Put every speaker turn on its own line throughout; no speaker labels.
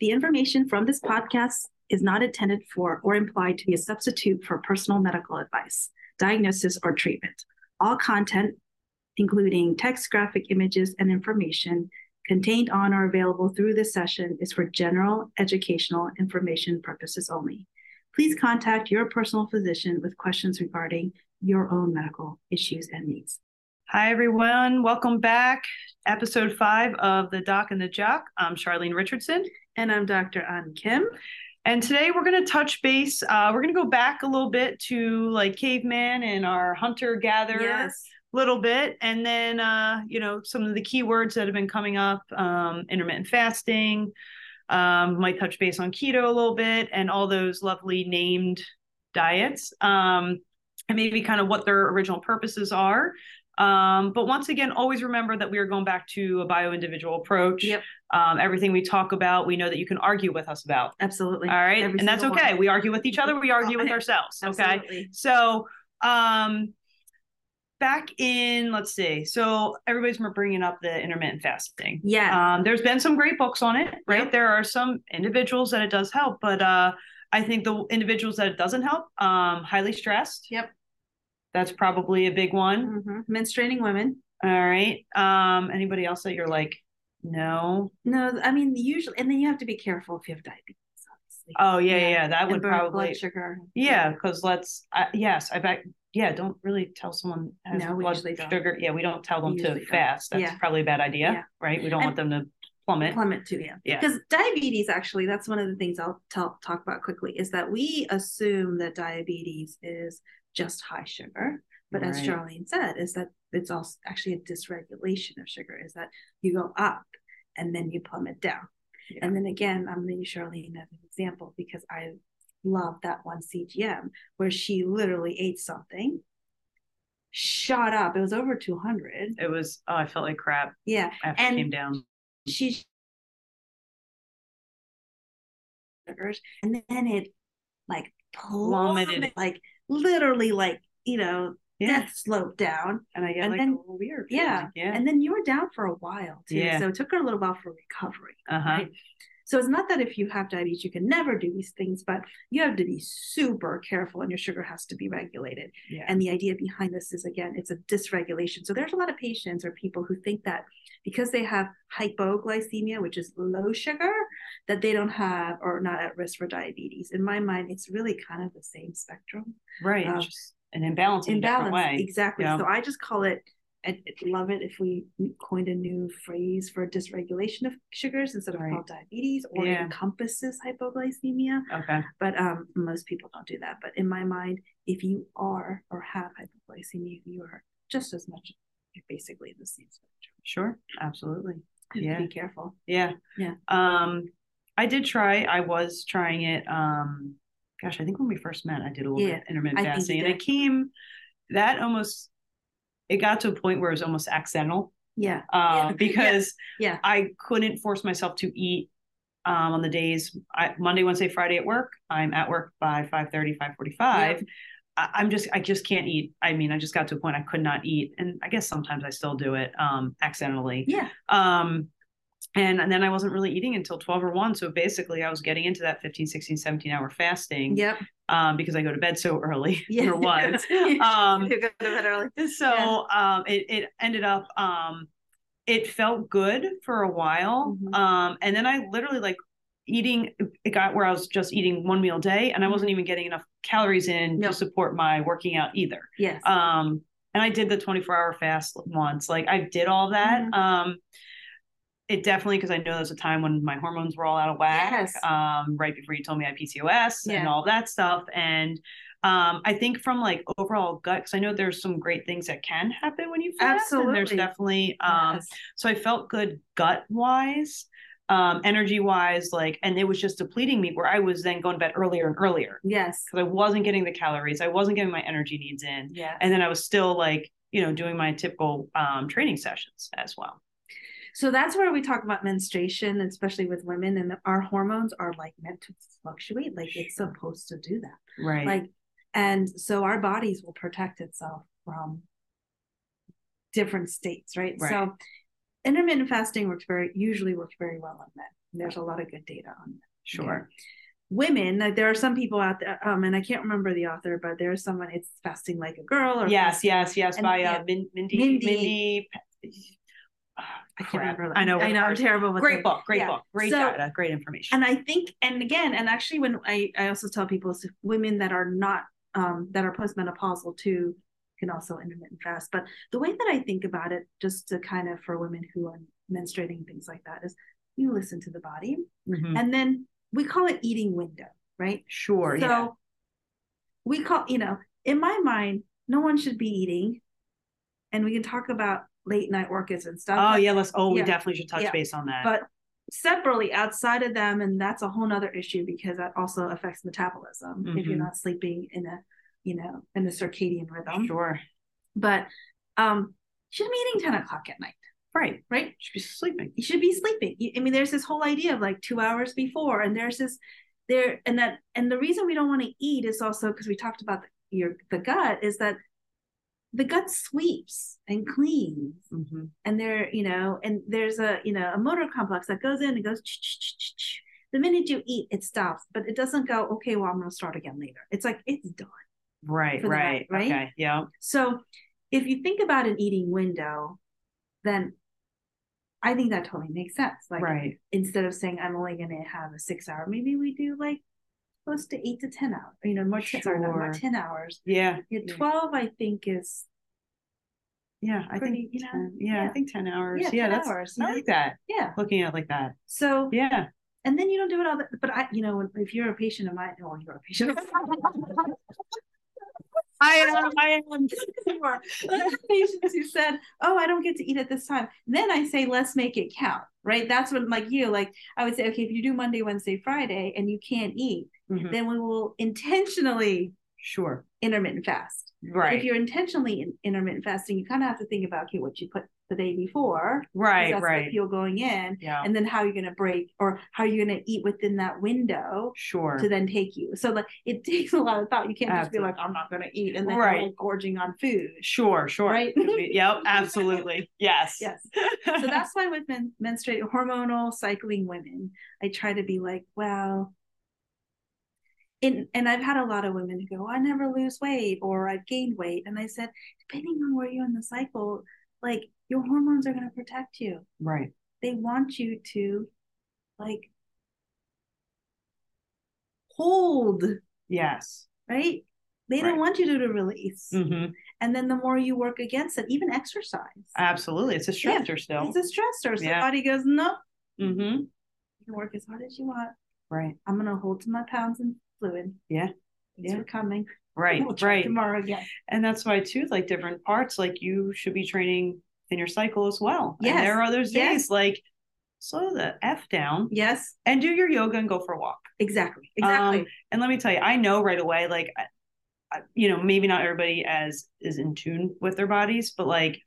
The information from this podcast is not intended for or implied to be a substitute for personal medical advice, diagnosis, or treatment. All content, including text, graphic images, and information contained on or available through this session, is for general educational information purposes only. Please contact your personal physician with questions regarding your own medical issues and needs.
Hi, everyone. Welcome back. Episode five of The Doc and the Jock. I'm Charlene Richardson.
And I'm Dr. An Kim.
And today we're going to touch base. Uh, we're going to go back a little bit to like caveman and our hunter gatherer
Yes.
little bit and then uh you know some of the keywords that have been coming up um intermittent fasting um might touch base on keto a little bit and all those lovely named diets um and maybe kind of what their original purposes are um but once again always remember that we are going back to a bio individual approach
Yep.
um everything we talk about we know that you can argue with us about
Absolutely.
all right
Every
and that's
single
okay
one.
we argue with each other we argue with
Okay.
ourselves okay
Absolutely.
so, um, back in, let's see. So everybody's been bringing up the intermittent fasting.
Yeah.
Um, there's been some great books on it, right?
Yep.
There are some individuals that it does help, but uh, I think the individuals that it doesn't help, um, highly stressed.
Yep.
That's probably a big one.
hmm Menstruating women.
All right. Um, anybody else that you're like, no?
No, I mean usually, and then you have to be careful if you have diabetes. Obviously.
Oh yeah,
Yeah.
yeah. that
And
would
blood-
probably.
blood sugar.
Yeah, because let's. I yes, I bet. Yeah, don't really tell someone has
No, we
blood
usually don't.
sugar. Yeah, we don't tell them
We
to
usually don't.
fast. That's
Yeah.
probably a bad idea,
Yeah.
right? We don't want them to plummet.
plummet to yeah.
Yeah.
Because diabetes, actually, that's one of the things I'll tell, talk about quickly is that we assume that diabetes is just high sugar, but as
Right.
Charlene said, is that it's also actually a dysregulation of sugar. Is that you go up and then you plummet down,
Yeah.
and then again, I'm going to use Charlene as an example because I love that one CGM where she literally ate something, shot up. It was over 200.
It was. Oh, I felt like crap
Yeah,
after
And-
it came down.
she sugars, and then it like plummeted,
Plummeted.
like literally like you know
Yeah,
death slope down
and I get
and
like
then-
a little weird.
yeah,
feeling, yeah.
and then you were down for a while too
Yeah.
so it took her a little while for recovery
Uh huh.
right? so it's not that if you have diabetes you can never do these things but you have to be super careful and your sugar has to be regulated
Yeah.
and the idea behind this is again, it's a dysregulation. So there's a lot of patients or people who think that because they have hypoglycemia, which is low sugar, that they don't have or not at risk for diabetes. In my mind, it's really kind of the same spectrum.
right.
um,
it's just an imbalance in a different
Imbalance.
way.
Exactly.
Yeah.
So I just call it I'd I'd love it if we coined a new phrase for dysregulation of sugars instead of
Right.
called diabetes or
Yeah.
encompasses hypoglycemia
Okay.
but um, most people don't do that. But in my mind, if you are or have hypoglycemia, you are just as much. You're basically in the same spectrum.
Sure. Absolutely.
You have to
Yeah.
Be careful.
Yeah.
Yeah.
Um, I did try. I was trying it. Um, gosh, I think when we first met, I did a little
Yeah,
bit of intermittent
I think you
fasting, and
did.
it came that almost. It got to a point where it was almost accidental
Yeah.
uh,
Yeah.
because
Yeah.
I couldn't force myself to eat um, on the days I, Monday, Wednesday, Friday at work. I'm at work by 5.30, 5.45. I, I'm just, I just can't eat. I mean, I just got to a point I could not eat. And I guess sometimes I still do it um, accidentally
Yeah.
um and, and then i wasn't really eating until 12 or 1 so basically i was getting into that 15 16 17 hour fasting
Yep.
um because i go to bed so early
Yeah.
or was um
You go to bed early.
so um it, it ended up um it felt good for a while
Mhm.
um and then i literally like eating it got where i was just eating one meal a day and i wasn't even getting enough calories in
Mm-hmm. No.
to support my working out either
Yes.
um and i did the 24 hour fast once like i did all that
Mhm.
um it definitely because i know there's a time when my hormones were all out of whack
Yes.
um right before you told me i had pcos and
Yeah.
all that stuff and um i think from like overall gut because i know there's some great things that can happen when you fast and there's
Absolutely.
definitely um
Yes.
so i felt good gut wise um energy wise like and it was just depleting me where i was then going to bed earlier and earlier
Yes.
because i wasn't getting the calories i wasn't getting my energy needs in
Yeah.
and then I was still like you know doing my typical um, training sessions as well.
So that's where we talk about menstruation, especially with women, and our hormones are like meant to fluctuate. Like it's supposed to do that.
Right.
like and so our bodies will protect itself from different states right,
Right.
so intermittent fasting works very usually works very well on men. There's a lot of good data on that.
Sure.
Women, like, there are some people out there, um, and I can't remember the author, but there's someone it's fasting like a girl or
Yes, yes, yes.
And-
by
yeah.
uh, Min- Mindy,
Mindy.
Mindy. Oh,
I can't
crap.
remember.
I know.
I know. I'm terrible with
Great
it.
book. Great
Yeah.
book. Great
So-
data. Great information.
And I think, and again, and actually, when I I also tell people it's women that are not um, that are postmenopausal too can also intermittent fast. But the way that I think about it, just to kind of for women who are menstruating and things like that, is you listen to the body,
Mhm.
and then we call it eating window, right?
Sure.
So um,
yeah.
we call, you know, in my mind, no one should be eating. And we can talk about late night workouts and stuff.
Oh
but-
yeah. Let's. Oh, we
yeah,
definitely should touch
yeah.
base on that.
But separately outside of them, and that's a whole nother issue because that also affects metabolism if you're
Mhm.
not sleeping in a, you know, in a circadian rhythm.
Oh, sure.
But um you should be eating 10 o'clock at night,
Right.
right?
Should be sleeping.
you should be sleeping. You- I mean, there's this whole idea of like two hours before, and there's this there and that and the reason we don't want to eat is also because we talked about the, your the gut is that the gut sweeps and cleans
Mhm.
and there you know and there's a you know a motor complex that goes in and goes ch-ch-ch-ch-ch. the minute you eat it stops but it doesn't go okay well i'm going to start again later it's like it's done
Right.
for the
Right.
night, right?
Okay. Yeah.
so if you think about an eating window then i think that totally makes sense like
right.
instead of saying I'm only going to have a six hour, maybe we do like close to eight to ten hours. You know, more ten, sorry, not more
Sure.
ten hours.
Yeah.
Yeah,
Yeah.
Twelve, I think, is
Yeah. I
Pretty,
think.
you know,
10, yeah,
yeah.
I think ten hours.
yeah,
Yeah.
10
that's.
hours. you
I
know?
like that.
Yeah.
Looking at it like that.
So
Yeah.
and then you don't do it all. The, but I, you know, if you're a patient of mine, well, you're a patient. Of
I am. I am.
You are. There are patients who said, "Oh, I don't get to eat at this time." Then I say, "Let's make it count." Right? That's what like you like. I would say, "Okay, if you do Monday, Wednesday, Friday, and you can't eat,
Mhm.
then we will intentionally
Sure.
intermittent fast."
Right.
if you're intentionally in intermittent fasting, you kind of have to think about okay, what you put the day before, 'cause
right.
that's the
Right.
fuel going in,
Yeah.
and then how you're going to break or how you're going to eat within that window
Sure.
to then take you. So like it takes a lot of thought. You can't just be
Absolutely.
like, I'm not going to eat, and then
Right.
you're like gorging on food.
Sure, sure.
Right?
yep, absolutely. Yes.
Yes. So that's why with men- menstruating hormonal cycling women, I try to be like, well. And, and I've had a lot of women who go, I never lose weight or I've gained weight. And I said, depending on where you're in the cycle, like your hormones are going to protect you.
right.
They want you to like hold,
Yes.
right? They don't
Right.
want you to, to release.
hmm
And then the more you work against it, even exercise,
Absolutely. It's a
Yeah.
stressor still.
it's a stressor. So
Yeah.
body goes, no,
hmm
you can work as hard as you want.
Right.
I'm gonna hold to my pounds and fluid.
Yeah.
Thanks
Yeah.
for coming.
Right.
We'll try
right.
tomorrow again.
And that's why too, like different parts, like you should be training in your cycle as well. And
Yes.
there are those days
Yes.
like slow the F down
Yes,
and do your yoga and go for a walk.
exactly. Exactly.
Um, And let me tell you, I know right away, like, I- I- you know, maybe not everybody as is in tune with their bodies, but like,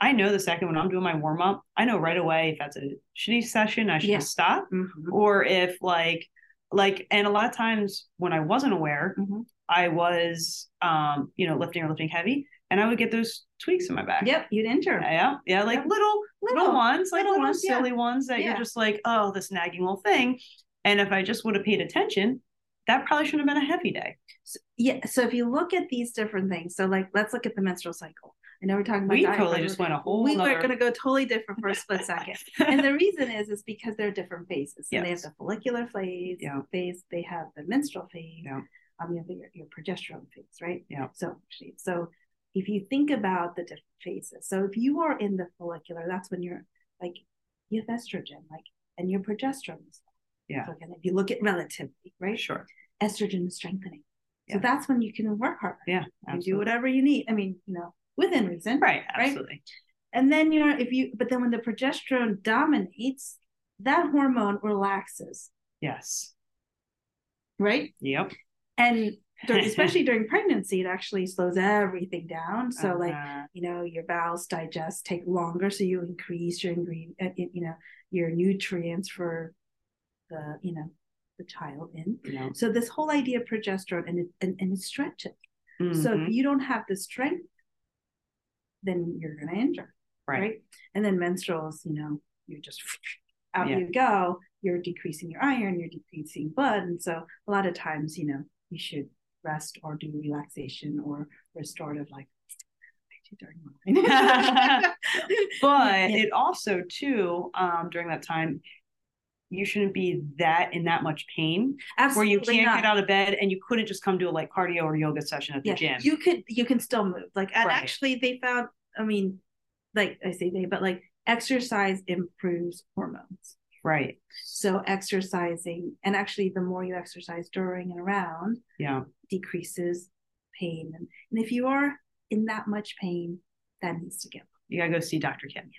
I know the second when I'm doing my warm up, I know right away if that's a shitty session, I should
Yeah.
just stop,
Mhm.
or if like, like, and a lot of times when I wasn't aware,
Mhm.
I was, um, you know, lifting or lifting heavy, and I would get those tweaks in my back.
Yep, you'd enter.
Yeah, yeah, like
Yep.
little, little
Little-
ones, like
little
little
ones, yeah.
silly ones that
Yeah.
you're just like, oh, this nagging little thing. And if I just would have paid attention, that probably shouldn't have been a heavy day.
So, yeah. So if you look at these different things, so like let's look at the menstrual cycle. Oh I know we're talking about
We
diet,
totally
but
just went a whole.
we were
nother-
gonna go totally different for a split second. and the reason is is because they're different phases. So they have
Yes.
the follicular phase,
Yeah.
phase, they have the menstrual phase,
Yeah.
um, you have your, your progesterone phase, right?
Yeah.
So so if you think about the different phases, so if you are in the follicular, that's when you're like you have estrogen, like and your progesterone is low.
Yeah.
So again, if you look at relatively, right?
sure,
Estrogen is strengthening. So
Yeah.
that's when you can work harder.
yeah,
You do
absolutely.
whatever you need. I mean, you know, within reason
Right, absolutely.
and then you're if you but then when the progesterone dominates that hormone relaxes
Yes.
right
Yep.
and during, especially during pregnancy it actually slows everything down so like
Uh,
you know your bowels digest take longer so you increase your ingredient uh, you you know your nutrients for the you know the child in
you know.
so this whole idea of progesterone and it and, and it stretches so
mhm,
if you don't have the strength then you're going to injure right. And then menstruals, you know, you're just out
Yeah.
you go. You're decreasing your iron, you're decreasing blood, and so a lot of times, you know, you should rest or do relaxation or restorative, like I do during mine.
but
Yeah.
it also too um during that time you shouldn't be that in that much pain where
Absolutely
you can't
not.
get out of bed and you couldn't just come do a like cardio or yoga session at the
yeah,
gym
you could you can still move. Like and
Right.
actually, they found. I mean, like I say they, but like exercise improves hormones.
right
So exercising, and actually, the more you exercise during and around,
yeah
decreases pain. And, and if you are in that much pain, that needs to get.
you gotta go see dr kim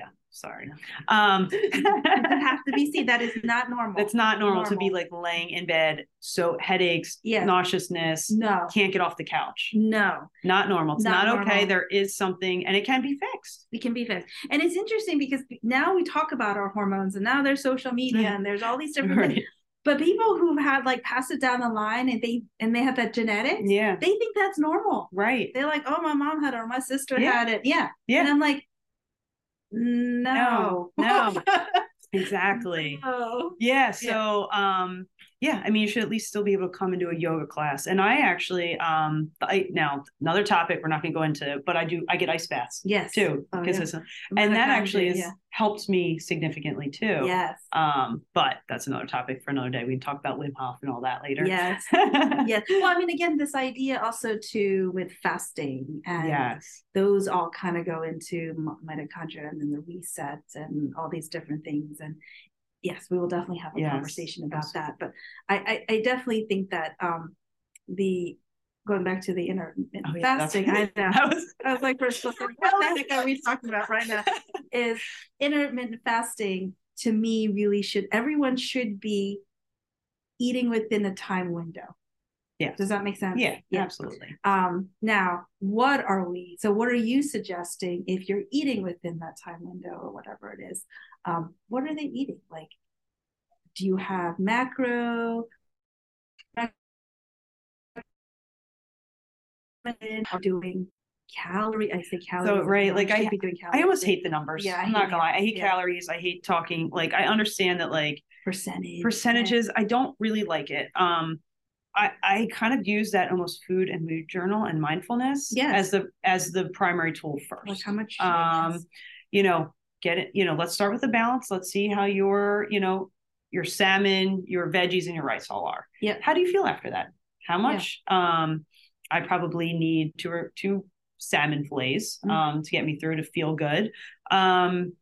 yeah, sorry um
You have to be seen. That is not normal.
it's not normal, to be
Normal.
like laying in bed so headaches
Yeah.
nauseousness
no,
can't get off the couch
no.
not normal it's
Not
not, okay
normal.
there is something and it can be fixed
It can be fixed. And it's interesting because now we talk about our hormones, and now there's social media,
Yeah.
and there's all these different. Things.
Mm-hmm. right
But people who have like passed it down the line, and they and they have that genetics,
yeah
they think that's normal.
right
They're like, oh, my mom had it, or my sister
Yeah.
had it. Yeah,
Yeah.
And I'm like, no,
No, exactly
No.
yeah so um yeah i mean you should at least still be able to come into a yoga class and i actually um i now another topic we're not going to go into but i do i get ice baths
Yes.
too
Oh,
because
yeah.
it's-
I'm
and
gonna
that
have
actually
to,
has
yeah.
helped me significantly too
Yes.
um but that's another topic for another day we can talk about Wim Hof and all that later
Yes. yes. Well, I mean, again, this idea also too with fasting and
yes
those all kind of go into m- mitochondria and then the resets and all these different things. And yes, we will definitely have a
Yes,
conversation about that. But I, I, I definitely think that um, the going back to the intermittent
Oh, yeah, that's-
fasting, I know.
that was
I was like, first, what the heck are we talking about right now? Is intermittent fasting to me really should everyone should be eating within a time window.
Yeah.
Does that make sense?
yeah, absolutely
Um, now, what are we? So, what are you suggesting if you're eating within that time window or whatever it is? Um, what are they eating? Like, do you have macro? Are doing calorie? I say calories. I
right,
know
like,
should
I-
be doing calories.
I almost
but
hate the numbers.
Yeah, I
I'm not
hate
gonna lie. I hate
yeah.
calories. I hate talking. Like I understand that like
percentage.
percentages i don't really like it um i i kind of use that almost food and mood journal and mindfulness
Yes.
as the as the primary tool first
Like how much?
um you know get it you know let's start with the balance let's see how your you know your salmon your veggies and your rice all are
Yeah.
how do you feel after that how much um i probably need two or two salmon fillets
Mhm.
um to get me through to feel good um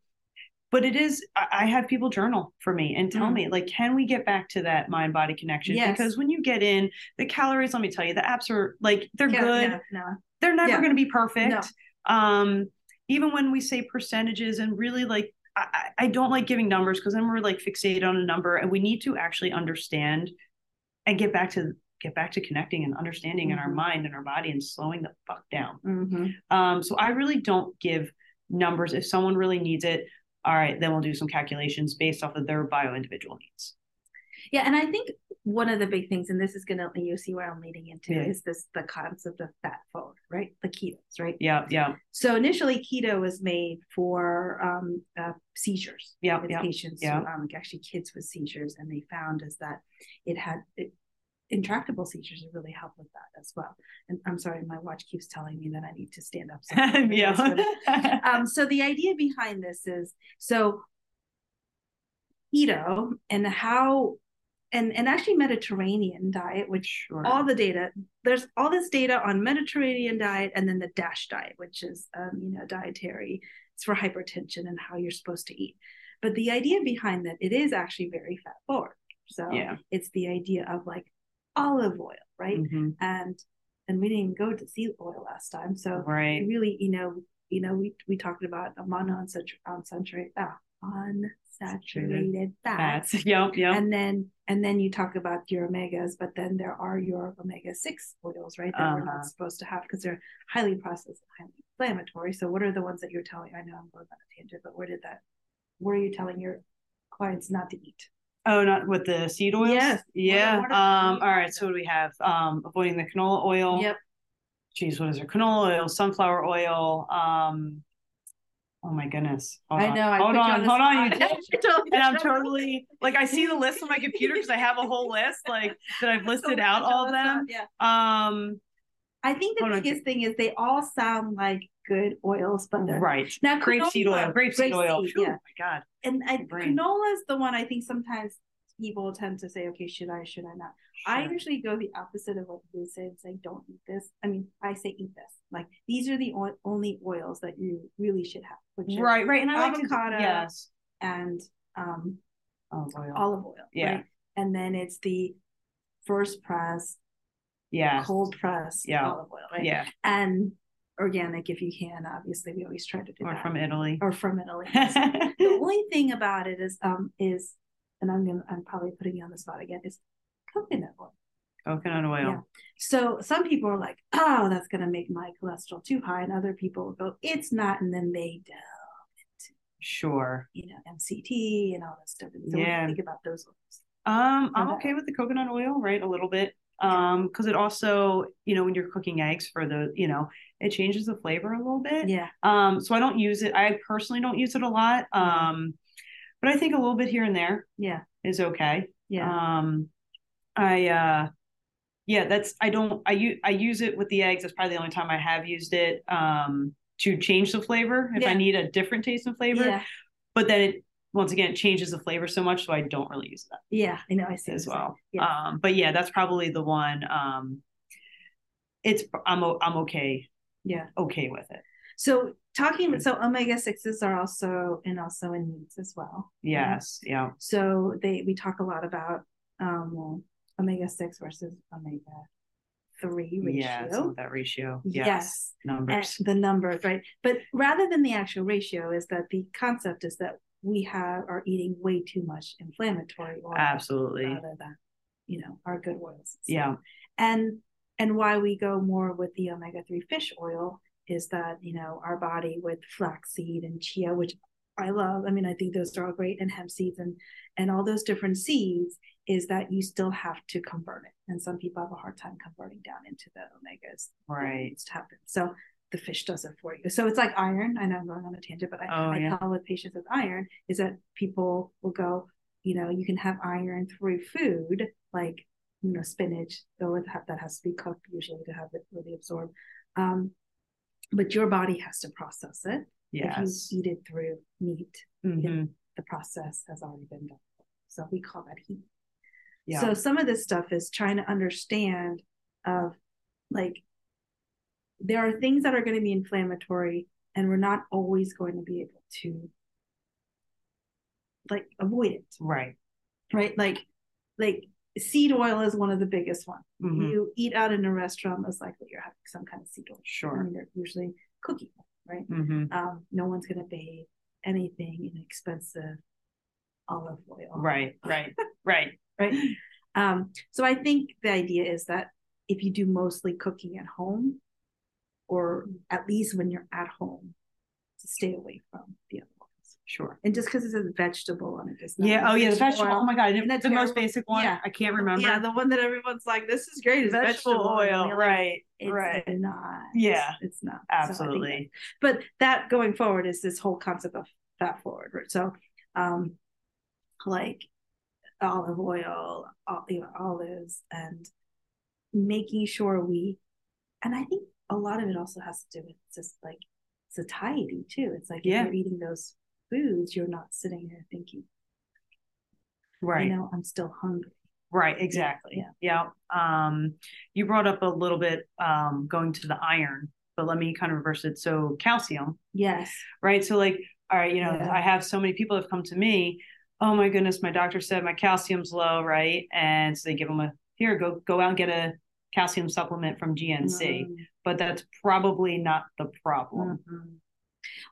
but it is i, I have people journal for me and tell
Mm.
me like can we get back to that mind body connection
Yes.
because when you get in the calories let me tell you the apps are like they're
Yeah,
good
No, no.
they're never
Yeah.
going to be perfect. Um, even when we say percentages and really like, I, I I don't like giving numbers because then we're like fixated on a number and we need to actually understand and get back to get back to connecting and understanding in our
Mhm.
mind and our body and slowing the fuck down.
Mhm.
Um, so I really don't give numbers. If someone really needs it, all right, then we'll do some calculations based off of their bio individual needs.
Yeah, and I think one of the big things, and this is gonna you see where I'm leading into,
Yeah.
is this the concept of fat forward, right? The ketos, right?
Yeah, yeah,
So initially, keto was made for um, uh, seizures
yeah,
with
yeah.
patients,
yeah.
um, like actually kids with seizures, and they found is that it had it, intractable seizures it really helped with that as well. And I'm sorry, my watch keeps telling me that I need to stand up. so I'm gonna ask them
yeah.
um, so the idea behind this is so keto and how and and actually mediterranean diet which
Sure.
all the data there's all this data on mediterranean diet and then the dash diet which is um, you know dietary it's for hypertension and how you're supposed to eat but the idea behind that it is actually very fat forward so
yeah.
it's the idea of like olive oil right
Mhm.
and and we didn't go to sea oil last time so
Right.
it really, you know, you know, we we talked about a monounsaturated unsaturated, ah, unsaturated fats,
Fats. Yep. Yep.
and then and then you talk about your omegas, but then there are your omega six oils, right? That we're
Uh-huh.
not supposed to have because they're highly processed, and highly inflammatory. So, what are the ones that you're telling? I know I'm going on a tangent, but where did that? Where are you telling your clients not to eat?
Oh, not with the seed oils?
Yes.
Yeah.
What are-
Um, all right. So what do we have? Um, avoiding the canola oil.
Yep.
Geez, what is it? Canola oil, sunflower oil, um, Oh my goodness. Hold
I
on.
know, I
hold
put you
on.
on the
hold on. You
spot.
did. And I'm totally like I see the list on my computer because I have a whole list like that I've listed out all of them.
Yeah.
Um
I think the
Hold on.
biggest thing is they all sound like good oils, but they're
right.
now
Grapeseed
canola-
oil. Grapeseed oil.
grapeseed,
Phew,
yeah.
my God.
And I
brain.
canola is the one I think sometimes people tend to say, okay, should I, should I not? I
Sure.
usually go the opposite of what you say and say, don't eat this. I mean, I say eat this. Like these are the o- only oils that you really should have, which are
Right, right. And I like to-
avocado
yes.
and um,
Oh, oil.
olive oil.
Yeah.
right? And then it's the first press,
yeah.
cold press
Yeah.
olive oil, right?
Yeah.
And organic if you can. Obviously, we always try to do
Or
that.
from Italy.
or from Italy. yes. the only thing about it is um is, and I'm gonna I'm probably putting you on the spot again is coconut oil.
Coconut oil.
Yeah. So some people are like, oh, that's going to make my cholesterol too high. And other people go, it's not. And then they do,
Sure.
you know, MCT and all that stuff. And so what do you
Yeah.
think about those ones.
Um, I'm
that-
okay with the coconut oil, right? A little bit. Um, because it also, you know, when you're cooking eggs for the, you know, it changes the flavor a little bit.
Yeah.
Um, so I don't use it. I personally don't use it a lot. Um, but I think a little bit here and there
Yeah.
is okay.
Yeah.
Um, I, uh, yeah, that's, I don't, I use, I use it with the eggs. That's probably the only time I have used it, um, to change the flavor if I
Yeah.
need a different taste and flavor.
yeah.
But then it, once again, it changes the flavor so much. So I don't really use that
Yeah. I know. I see.
as
what you're
well.
Yeah.
Um, but yeah, that's probably the one, um, it's, I'm, o- I'm okay,
saying. Yeah.
okay with it.
So talking about, so omega sixes are also, and also in meats as well.
Yes. Yeah.
So they, we talk a lot about, um, omega six versus omega three
Yeah. it's not
ratio.
That ratio. Yes.
Yes. at
Numbers.
the numbers, right? But rather than the actual ratio, is that the concept is that we have are eating way too much inflammatory oil
Absolutely.
rather than you know our good oils.
Yeah.
and and why we go more with the omega three fish oil is that you know our body with flaxseed and chia, which I love. I mean, I think those are all great, and hemp seeds and and all those different seeds is that you still have to convert it, and some people have a hard time converting down into the omegas that
Right.
needs to happen. So the fish does it for you. So it's like iron. I know I'm going on a tangent, but I,
Oh,
I
yeah.
tell with patients with iron is that people will go, you know, you can have iron through food, like you know, spinach, though it ha- that has to be cooked usually to have it really absorb. Um, but your body has to process it.
Yes.
If you eat it through meat,
hmm
the process has already been done. So we call that heat.
Yeah.
So some of this stuff is trying to understand of like there are things that are going to be inflammatory and we're not always going to be able to like avoid it,
right.
right? Like like seed oil is one of the biggest ones.
hmm
You eat out in a restaurant, most likely you're having some kind of seed oil. I
Sure.
mean, they're usually cooking, right?
hmm
Um, no one's going to pay anything in expensive olive oil.
Right. Right. Right.
right? Um, so I think the idea is that if you do mostly cooking at home, or at least when you're at home, to stay away from the other ones.
Sure.
And just because it says vegetable on it, it's not
Yeah. Oh, yeah. The
vegetable
vegetable.
oil.
Oh my God. I didn't-
Isn't that
the most
terrible?
basic one.
Yeah.
I can't remember.
yeah, the one that everyone's like, "This is great." Is vegetable, oil, You're like,
Right.
It's
right.
not.
Yeah.
it's not. So I think that-
Absolutely.
but that going forward is this whole concept of fat forward right? so um like olive oil all, you know, olives and making sure we and i think a lot of it also has to do with just like satiety too it's like
Yeah.
if you're eating those foods you're not sitting there thinking
Right.
you know i'm still hungry
Right. Exactly. Yeah. Um, you brought up a little bit um, going to the iron, but let me kind of reverse it. So calcium.
yes
right? So like, all right, you know,
Yeah.
I have so many people have come to me. Oh my goodness, my doctor said my calcium's low, right? And so they give them a here, go go out and get a calcium supplement from GNC.
Mm,
But that's probably not the problem.
mhm.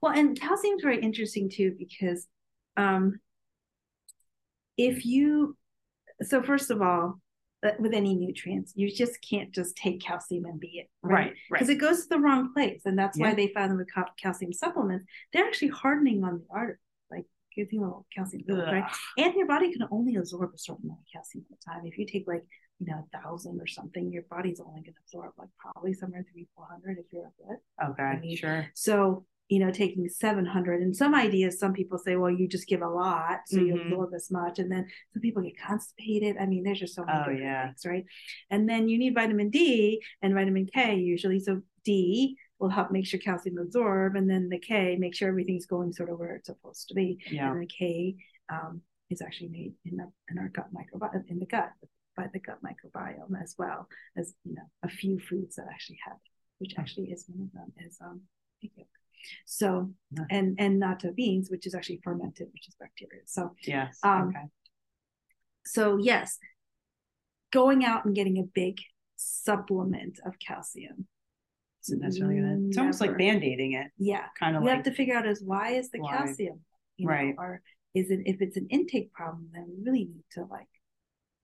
well and calcium's very interesting too because um if you so first of all but with any nutrients you just can't just take calcium and be it
Right, right.
because it goes to the wrong place and that's
Yeah.
why they found with cal- calcium supplements they're actually hardening on the artery like giving a little calcium buildup, right?
Ugh.
and your body can only absorb a certain amount of calcium at a time if you take like you know a thousand or something your body's only going to absorb like probably somewhere three four hundred if you're a good
Okay,
mean,
sure.
so you know, taking 700 and some ideas, some people say, well, you just give a lot, so you
Mhm.
absorb this much. And then some people get constipated. I mean, there's just so many
Oh,
different
yeah.
things, right? And then you need vitamin D and vitamin K usually. So D will help make sure calcium absorb, and then the K make sure everything's going sort of where it's supposed to be.
Yeah.
And the K um, is actually made in the in our gut microbiome in the gut by the gut microbiome as well as you know a few foods that actually have it, which
Hmm.
actually is one of them is um pig yolk. So
Nice.
and and nata beans, which is actually fermented, which is bacteria. So
Yes.
Um,
okay.
so yes, going out and getting a big supplement of calcium.
Isn't necessarily gonna. It's almost like
never-
band aiding it,
Yeah,
kind of
we have
like.
to figure out is why is the
Why?
calcium you know,
Right.
or is it if it's an intake problem then we really need to like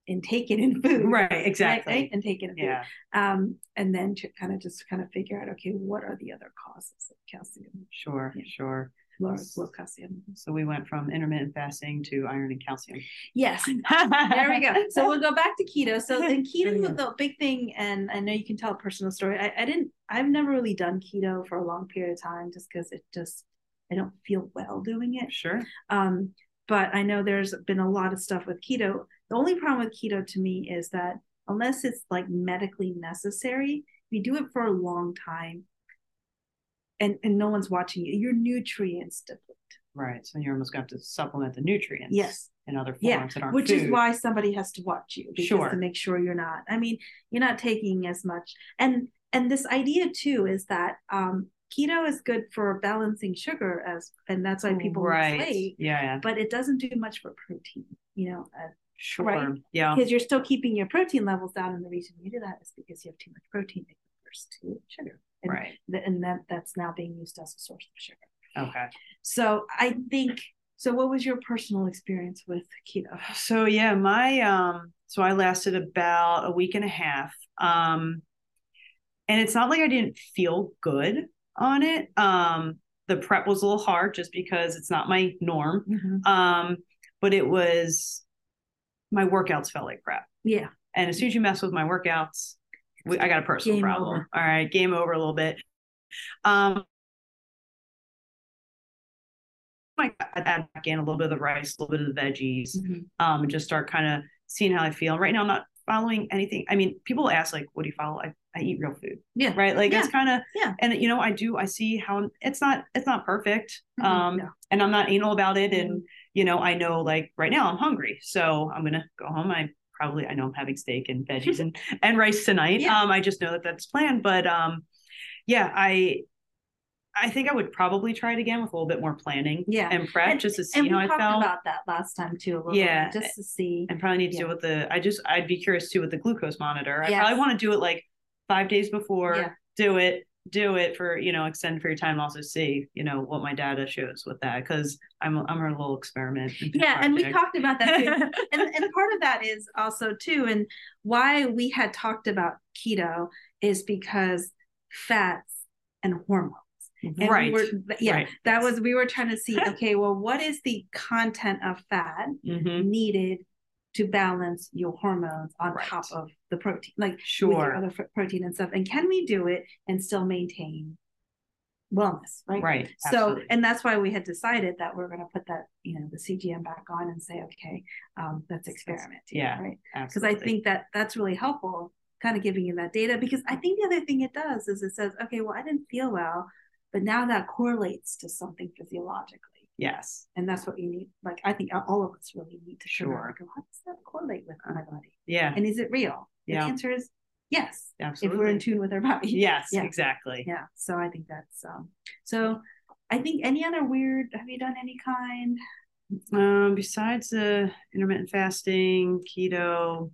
intake it in food
Right. Exactly.
right? and take it in food
Yeah.
um and then to kind of just kind of figure out okay what are the other causes of calcium
Sure.
Yeah.
Sure.
low, low calcium
So we went from intermittent fasting to iron and calcium.
yes there
there
we go. So we'll go back to keto. So in
There
keto,
we
the,
go.
the big thing, and I know you can tell a personal story. I, I didn't. I've never really done keto for a long period of time, just because it just I don't feel well doing it.
Sure.
Um, but I know there's been a lot of stuff with keto. The only problem with keto to me is that unless it's like medically necessary, if you do it for a long time and, and no one's watching you, your nutrients deplete.
Right. So you're almost going to have to supplement the nutrients.
Yes.
In other forms
Yeah,
that aren't
Which
food.
is why somebody has to watch you because
Sure.
to make sure you're not. I mean, you're not taking as much. And and this idea too is that um, keto is good for balancing sugar as and that's why people lose
Right.
weight,
Yeah. Yeah.
but it doesn't do much for protein. You know, uh,
Sure.
Right.
Yeah.
because you're still keeping your protein levels down and the reason you do that is because you have too much protein that converts to sugar and,
Right.
th- and that that's now being used as a source of sugar
Okay.
so i think so what was your personal experience with keto
So yeah, my um so I lasted about a week and a half. Um and it's not like I didn't feel good on it. Um the prep was a little hard just because it's not my norm. Um but it was my workouts felt like crap.
yeah
And as soon as you mess with my workouts, we, I got a personal
Game
problem.
over.
All right, game over a little bit. Um, I add back in a little bit of the rice, a little bit of the veggies, um, and just start kind of seeing how I feel. And right now, I'm not following anything. I mean, people ask like, "What do you follow?" I, I eat real food,
yeah
right? Like it's kind of,
Yeah.
And you know, I do. I see how I'm- it's not, it's not perfect.
Mhm.
Um,
No.
and I'm not anal about it. And you know, I know like right now I'm hungry, so I'm gonna go home. I probably I know I'm having steak and veggies and and rice tonight.
Yeah.
Um, I just know that that's planned. But um, yeah, I. I think I would probably try it again with a little bit more planning
Yeah.
and prep just to see
and we
how I
talked
felt
about that last time too a little
Yeah.
bit, just to see
and probably need to
Yeah.
do with the I just I'd be curious too with the glucose monitor. I
Yes.
probably want to do it like five days before,
Yeah.
do it, do it for you know, extend for your time, also see, you know, what my data shows with that because I'm I'm a little experiment. and
yeah and we
project.
talked about that too and, and part of that is also too and why we had talked about keto is because fats and hormones and we
right.
were- yeah
Right.
that was we were trying to see okay well what is the content of fat
hmm
needed to balance your hormones on
Right.
top of the protein like with your
Sure.
other fr- protein and stuff and can we do it and still maintain wellness right
Right.
so
absolutely.
and that's why we had decided that we're going to put that you know the cgm back on and say okay um, let's experiment
yeah,
right because
absolutely.
i think that that's really helpful kind of giving you that data because i think the other thing it does is it says okay well i didn't feel well but now that correlates to something physiologically
yes.
and that's what you need like i think all of us really need to figure out,
Sure.
like, well, how does that correlate with my body
Yeah.
and is it real
Yeah.
the answer is yes
Absolutely.
if we're in tune with our body
yes,
Yeah.
exactly.
yeah so i think that's um so i think any other weird have you done any kind
Um, besides the intermittent fasting, keto.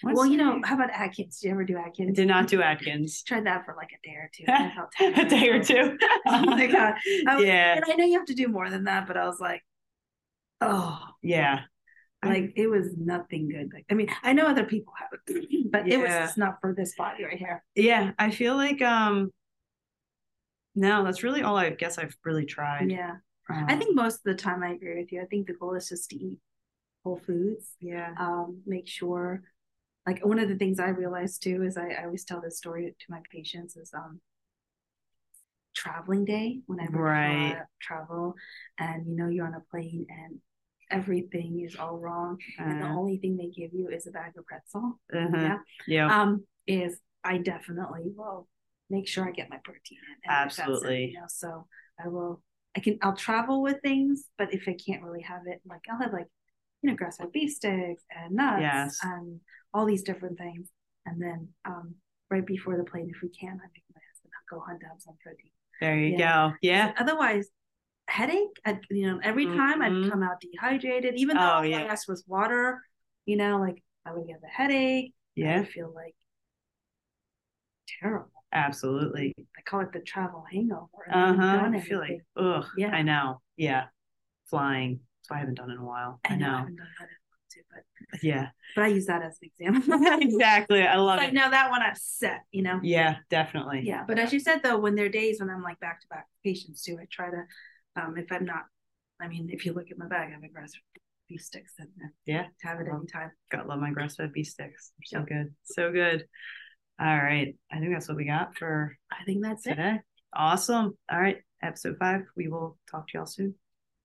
what's
well you
the-
know how about atkins do you ever do
I
atkins
did not do Atkins.
tried that for like a day or two I felt
a day or
terrible.
two.
oh my god I was-
yeah,
and i know you have to do more than that but i was like oh
yeah.
like it was nothing good like i mean i know other people have it but it was
Yeah.
just not for this body right here
Yeah, I feel like um no, that's really all I guess I've really tried.
yeah
Um,
i think most of the time i agree with you i think the goal is just to eat whole foods
yeah.
um, make sure like one of the things I realized too is I, I always tell this story to my patients is um traveling day whenever you
Right.
wanna travel and you know you're on a plane and everything is all wrong and the
Uh,
only thing they give you is a bag of pretzel.
uh-huh.
Yeah.
Yeah.
Um, is I definitely will make sure I get my protein in. and if that's it,
Absolutely.
You know, so I will I can I'll travel with things, but if I can't really have it, like I'll have like, you know, grass fed beef sticks and nuts
Yes.
and all these different things. And then um right before the plane, if we can, I make my husband go hunt down some protein.
There you go. Yeah.
Otherwise headache I'd, you know every time
Mhm.
i'd come out dehydrated even though
Oh,
all
yeah.
i asked was water you know like i would get the headache I
Yeah.
feel like terrible.
Absolutely.
I call it the travel hangover.
Uh
haven't
huh.
done
I feel like,
anything.
ugh.
Yeah.
I know. Yeah. Flying. That's why I haven't done it in a while. I,
I know, I
know.
haven't done that in a while too, but
Yeah.
but I use that as an example.
exactly. I love
It's like
it.
now that one I'm set, you know.
Yeah. Definitely.
Yeah, but as you said though, when there are days when I'm like back to back patients too, I try to, um, if I'm not, I mean, if you look at my bag, I have a grass beef sticks and I
Yeah.
have it
Well,
anytime.
Got love my grass fed beef sticks. They're so
Yep.
good. So good. All right. I think that's what we got for
I think that's it.
today. Awesome. All right. Episode five. We will talk to y'all soon.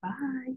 Bye.